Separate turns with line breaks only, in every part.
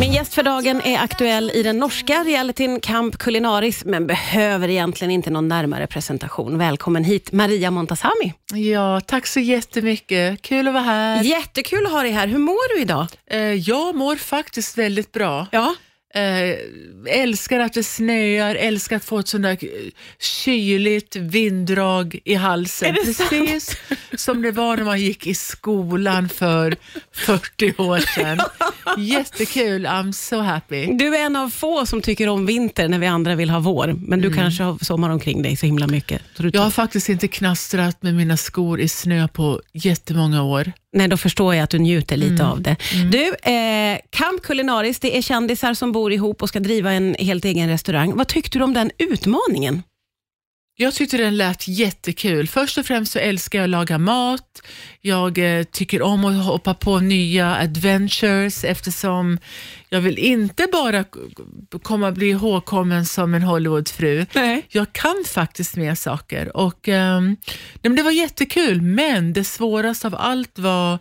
Min gäst för dagen är aktuell i den norska realityn Camp Culinaris, men behöver egentligen inte någon närmare presentation. Välkommen hit, Maria Montazami.
Ja, tack så jättemycket. Kul att vara här.
Jättekul att ha dig här. Hur mår du idag?
Eh, Jag mår faktiskt väldigt bra.
Ja.
Eh, älskar att det snöar, älskar att få ett sånt där eh, kyligt vinddrag i halsen.
Är det
Precis som det var när man gick i skolan för 40 år sedan. Jättekul, I'm so happy.
Du är en av få som tycker om vinter när vi andra vill ha vår, men du kanske har sommar omkring dig så himla mycket. Så du
Jag har faktiskt inte knastrat med mina skor i snö på jättemånga år.
Nej, då förstår jag att du njuter lite av det. Du, eh, Camp Culinaris, det är kändisar som bor ihop och ska driva en helt egen restaurang. Vad tyckte du om den utmaningen?
Jag tyckte den lät jättekul. Först och främst så älskar jag att laga mat. Jag eh, tycker om att hoppa på nya adventures eftersom jag vill inte bara k- k- komma bli ihågkommen som en Hollywoodfru.
Nej.
Jag kan faktiskt mer saker. Och, ehm, nej men det var jättekul, men det svåraste av allt var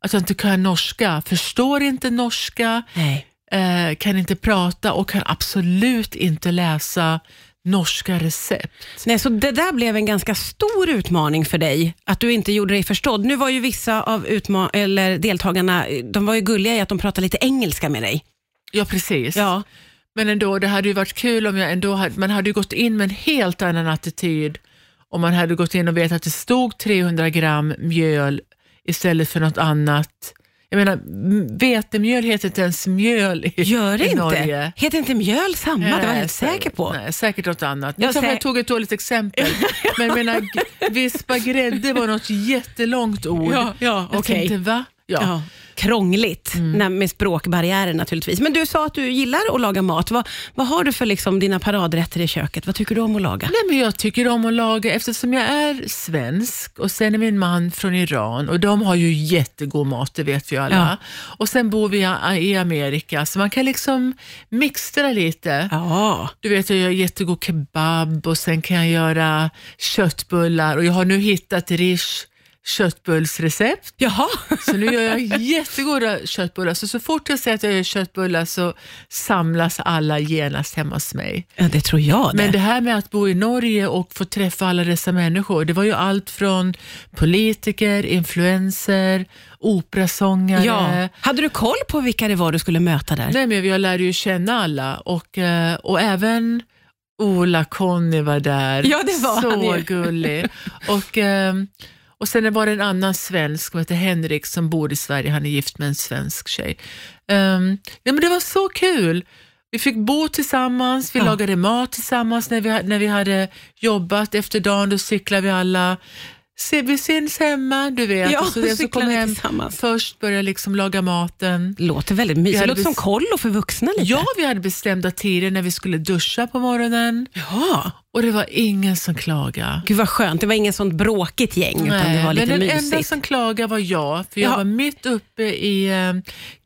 att jag inte kan norska. Förstår inte norska,
Nej.
eh, kan inte prata och kan absolut inte läsa norska recept.
Nej, så det där blev en ganska stor utmaning för dig, att du inte gjorde dig förstådd. Nu var ju vissa av utma- eller deltagarna de var ju gulliga i att de pratade lite engelska med dig.
Ja, precis. Men ändå, det hade ju varit kul om jag ändå hade, man hade ju gått in med en helt annan attityd om man hade gått in och vetat att det stod 300 gram mjöl istället för något annat. Jag menar, m- vetemjöl heter inte ens mjöl i,
Gör det
i
inte.
Norge.
Heter inte mjöl samma? det var jag
Nej,
helt säker på.
Nej, säkert något annat.
Jag
Jag,
sä-
jag tog ett dåligt exempel, men jag menar, g- vispa grädde var något jättelångt ord.
Ja, ja,
jag
okej.
tänkte, va? Ja.
Ja. Mm. Krångligt när, med språkbarriärer naturligtvis. Men du sa att du gillar att laga mat. Vad, vad har du för liksom, dina paradrätter i köket? Vad tycker du om att laga?
Nej, men jag tycker om att laga eftersom jag är svensk och sen är min man från Iran och de har ju jättegod mat, det vet vi ju alla. Och sen bor vi i- i Amerika så man kan liksom mixtra lite.
Ja,
Du vet, jag gör jättegod kebab och sen kan jag göra köttbullar och jag har nu hittat Rish köttbullsrecept.
jaha.
Så nu gör jag jättegoda köttbullar. Så, så fort jag säger att jag gör köttbullar så samlas alla genast hemma hos mig.
Ja, det tror jag det.
Men det här med att bo i Norge och få träffa alla dessa människor, det var ju allt från politiker, influenser, operasångare.
ja. Hade du koll på vilka det var du skulle möta där?
Nej, men jag lärde ju känna alla och, eh, och även Ola Conny var där.
Ja, det var
Så
han ju.
gullig. Och, eh, och sen var det en annan svensk som heter Henrik som bor i Sverige. Han är gift med en svensk tjej. Ehm, nej, men det var så kul. Vi fick bo tillsammans, vi
Ja.
lagade mat tillsammans när vi, ha- när vi hade jobbat. Efter dagen då cyklade vi alla. Se, vi syns hemma, du vet.
Ja,
och så, jag så kom
cyklade
jag hem
tillsammans.
först, började liksom laga maten.
Låter väldigt mysigt. Det
hade
låter som
bes-
kollo för vuxna lite.
Ja, vi hade bestämda tider när vi skulle duscha på morgonen
ja.
och det var ingen som klagade.
Gud vad skönt. Det var ingen sånt bråkigt gäng, utan det var
Nej,
lite
men den
mysigt.
enda som klagade var jag, för
Ja.
jag var mitt uppe i eh,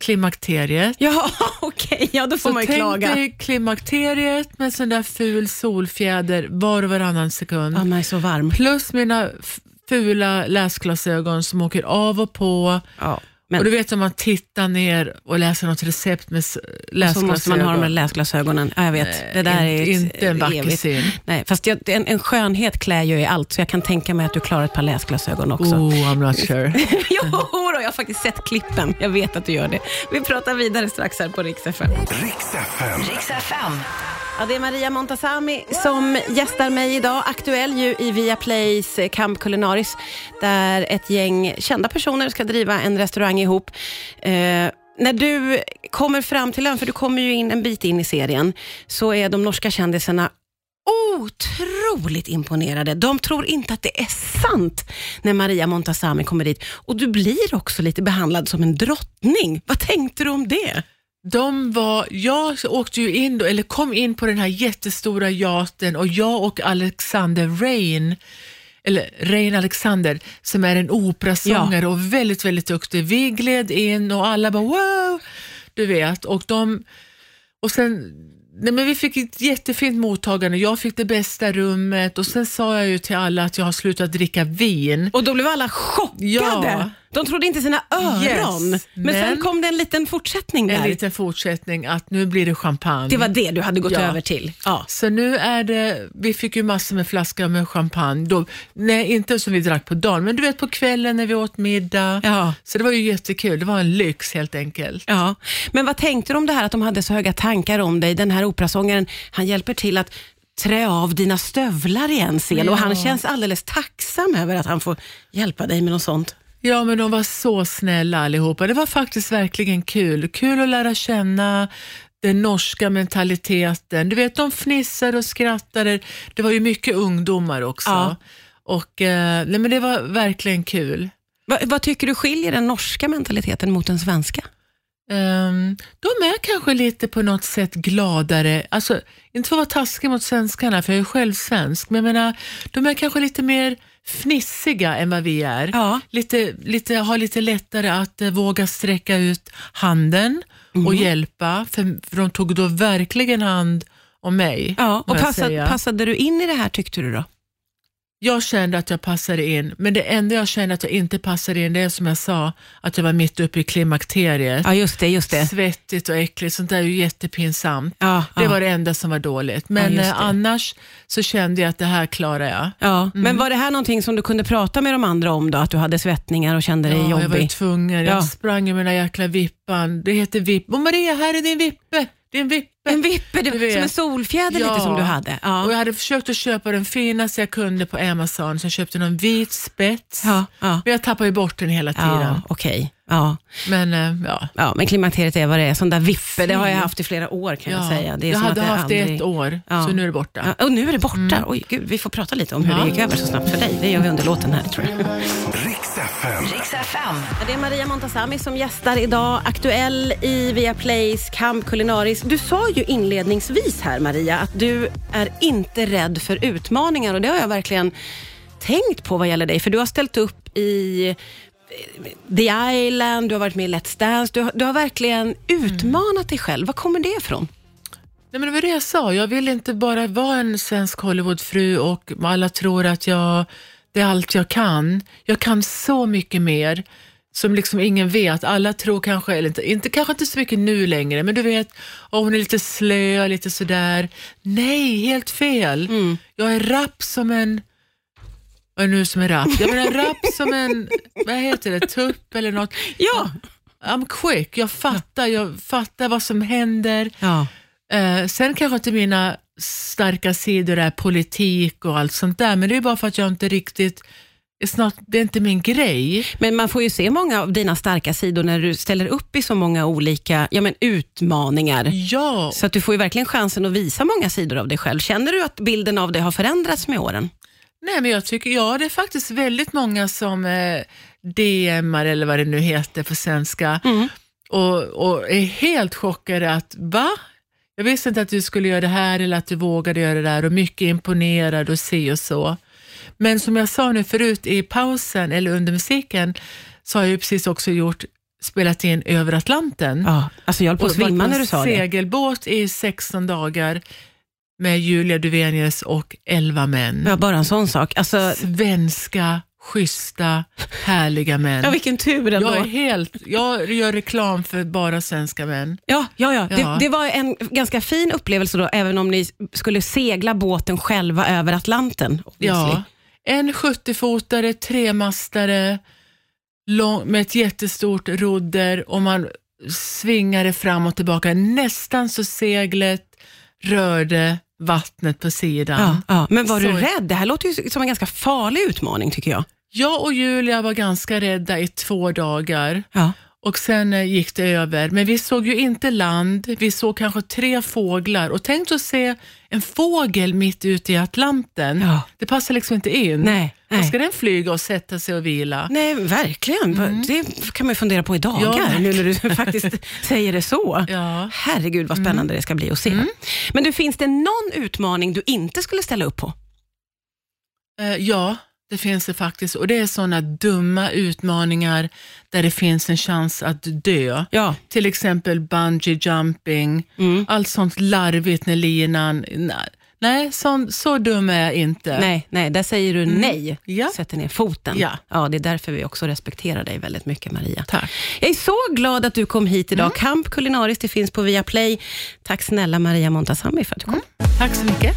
klimakteriet.
Ja, okej. Ja, då får
Så
man ju
tänk
klaga.
dig klimakteriet med sån där ful solfjäder var och varannan sekund.
Ja, man är så varm.
Plus mina f- fula läsglasögon som åker av och på.
Ja, men
Och du vet om man tittar ner och läser något recept med s- läsglasögon.
så måste man ha de där läsglasögonen. Ja, jag vet. det där är
inte,
ett-
inte en vacker
evigt.
syn.
Nej, fast jag, en, en skönhet klär ju i allt, så jag kan tänka mig att du klarar ett par läsglasögon också.
Oh, I'm not sure.
jo, då, jag har faktiskt sett klippen. Jag vet att du gör det. Vi pratar vidare strax här på Rix FM.
Riks FM.
Riks FM.
Ja, det är Maria Montazami som gästar mig idag. Aktuell ju i Viaplays Camp Culinaris, där ett gäng kända personer ska driva en restaurang ihop. Eh, när du kommer fram till ön, för du kommer ju in en bit in i serien, så är de norska kändisarna otroligt imponerade. De tror inte att det är sant när Maria Montazami kommer dit. Och du blir också lite behandlad som en drottning. Vad tänkte du om det?
De var, jag åkte ju in då, eller kom in på den här jättestora yachten och jag och Alexander Rain, eller Rain Alexander, som är en operasångare och väldigt, väldigt duktig. Vi gled in och alla bara wow, du vet. Och, de, och sen Nej, men vi fick ett jättefint mottagande, jag fick det bästa rummet och sen sa jag ju till alla att jag har slutat dricka vin.
Och då blev alla chockade.
Ja.
De trodde inte sina öron.
Yes,
men, sen
men-
kom det en liten fortsättning där.
En liten fortsättning att nu blir det champagne.
Det var det du hade gått
Ja.
över till. Ja.
Så nu är det, vi fick ju massor med flaskor med champagne. Då, nej, inte som vi drack på dagen, men du vet på kvällen när vi åt middag.
Ja.
Så det var ju jättekul, det var en lyx helt enkelt.
Ja, men vad tänkte du om det här att de hade så höga tankar om dig? Den här operasångaren, han hjälper till att trä av dina stövlar i en scen och han känns alldeles tacksam över att han får hjälpa dig med något sånt.
Ja, men de var så snälla allihopa. Det var faktiskt verkligen kul. Kul att lära känna den norska mentaliteten. Du vet, de fnissade och skrattade. Det var ju mycket ungdomar också.
Ja.
Och, eh, nej, men det var verkligen kul.
Va, vad tycker du skiljer den norska mentaliteten mot den svenska?
Ehm, de är kanske lite på något sätt gladare, alltså inte för att vara taskig mot svenskarna, för jag är själv svensk, men jag menar, de är kanske lite mer fnissiga än vad vi är.
Ja.
Lite, lite, har lite lättare att eh, våga sträcka ut handen och
Mm.
hjälpa, för, för de tog då verkligen hand om mig.
Ja,
må
och
jag
passade,
säga.
passade du in i det här tyckte du då?
Jag kände att jag passade in, men det enda jag kände att jag inte passade in, det är som jag sa, att jag var mitt uppe i klimakteriet.
Ja, just det. just
Svettigt och äckligt, sånt där är ju jättepinsamt.
Ja,
Det
ja.
var det enda som var dåligt. Men
just
eh,
det.
annars så kände jag att det här klarar jag.
Ja, Men var det här någonting som du kunde prata med de andra om då? Att du hade svettningar och kände dig
Ja, jag var ju
jobbig?
tvungen.
Ja.
Jag sprang i mina jäkla vippan. Det heter vipp. Och Maria, här är din vippe. Din vippe.
En vippe,
Du
det,
vet.
som en solfjäder lite
Ja.
som du hade.
Och
Ja.
jag hade försökt att köpa den finaste jag kunde på Amazon, så jag köpte någon vit spets.
Ja, ja.
Men jag tappade ju bort den hela tiden.
Ja, okej. Ja.
Men eh, ja.
Ja, men klimakteriet är vad det är. Sån där vippe, det har jag haft i flera år kan jag
ja.
säga. Det är
jag
som
hade
att det
haft det
aldrig-
ett år,
Ja.
så nu är det borta. Mm.
Ja, och nu är det borta. Oj, gud, vi får prata lite om hur
Ja.
det gick över så snabbt för dig. Det gör vi under låten här tror jag.
Riks FM.
Riks FM.
Det är Maria Montazami som gästar idag, aktuell i Viaplays Camp Culinaris. Du sa ju inledningsvis här Maria att du är inte rädd för utmaningar och det har jag verkligen tänkt på vad gäller dig. För du har ställt upp i eh, The Island, du har varit med i Let's Dance, du har, du har verkligen utmanat dig själv. Var kommer det ifrån?
Nej, men det var det jag sa. Jag vill inte bara vara en svensk Hollywoodfru och alla tror att jag, det är allt jag kan. Jag kan så mycket mer som liksom ingen vet. Alla tror kanske, eller inte, inte, kanske inte så mycket nu längre, men du vet, oh, hon är lite slö, lite sådär. Nej, helt fel. Jag är rapp som en... Vad är det nu som är rapp? Jag menar rapp som en, vad heter det, tupp eller något.
Ja.
I'm quick, jag fattar, jag fattar vad som händer.
Ja.
Eh, sen kanske inte mina starka sidor är politik och allt sånt där, men det är bara för att jag inte riktigt, it's not, det är inte min grej.
Men man får ju se många av dina starka sidor när du ställer upp i så många olika ja, men utmaningar.
Ja,
Så att du får ju verkligen chansen att visa många sidor av dig själv. Känner du att bilden av dig har förändrats med åren?
nej men jag tycker, ja det är faktiskt väldigt många som eh, DMar eller vad det nu heter på svenska och, och är helt chockade att va? Jag visste inte att du skulle göra det här eller att du vågade göra det där och mycket imponerad och si och så. Men som jag sa nu förut i pausen eller under musiken så har jag ju precis också gjort, spelat in Över Atlanten.
Ja. Alltså jag höll på att
varit
svimma
en
när du sa det.
segelbåt i 16 dagar med Julia Duvenius och 11 män.
Ja, bara en sån sak. Alltså,
Svenska, schyssta, härliga män.
ja, vilken tur ändå.
jag, är helt, jag gör reklam för bara svenska män.
Ja, ja, ja. Det,
Ja.
det var en ganska fin upplevelse då, även om ni skulle segla båten själva över Atlanten. obviously.
Ja. En 70-fotare, tremastare, lång, med ett jättestort rodder och man svingade fram och tillbaka nästan så seglet rörde vattnet på sidan.
Ja, ja. Men var du
Så-
rädd? Det här låter ju som en ganska farlig utmaning tycker jag.
Jag och Julia var ganska rädda i två dagar
Ja.
och sen eh, gick det över. Men vi såg ju inte land, vi såg kanske tre fåglar och tänk att se en fågel mitt ute i Atlanten.
Ja.
Det passar liksom inte in.
Nej,
Då
nej.
ska den flyga och sätta sig och vila.
Nej, verkligen. Det kan man ju fundera på i dagar,
Mm. Ja.
nu när du faktiskt säger det så.
Ja. Mm.
Herregud vad spännande det ska bli att se. Men du, finns det någon utmaning du inte skulle ställa upp på?
Eh, ja, Det finns det faktiskt och det är sådana dumma utmaningar där det finns en chans att dö.
Ja.
Till exempel bungee jumping,
Mm.
allt sånt larvigt när linan... na- Nej, så, så dum är jag inte.
Nej, nej, där säger du nej.
Mm. Ja.
Sätter ner foten.
Ja.
ja, det är därför vi också respekterar dig väldigt mycket, Maria.
Tack. Mm.
Jag är så glad att du kom hit idag. Camp Kulinariskt, det finns på Viaplay. Tack snälla Maria Montazami för att du kom.
Tack så mycket.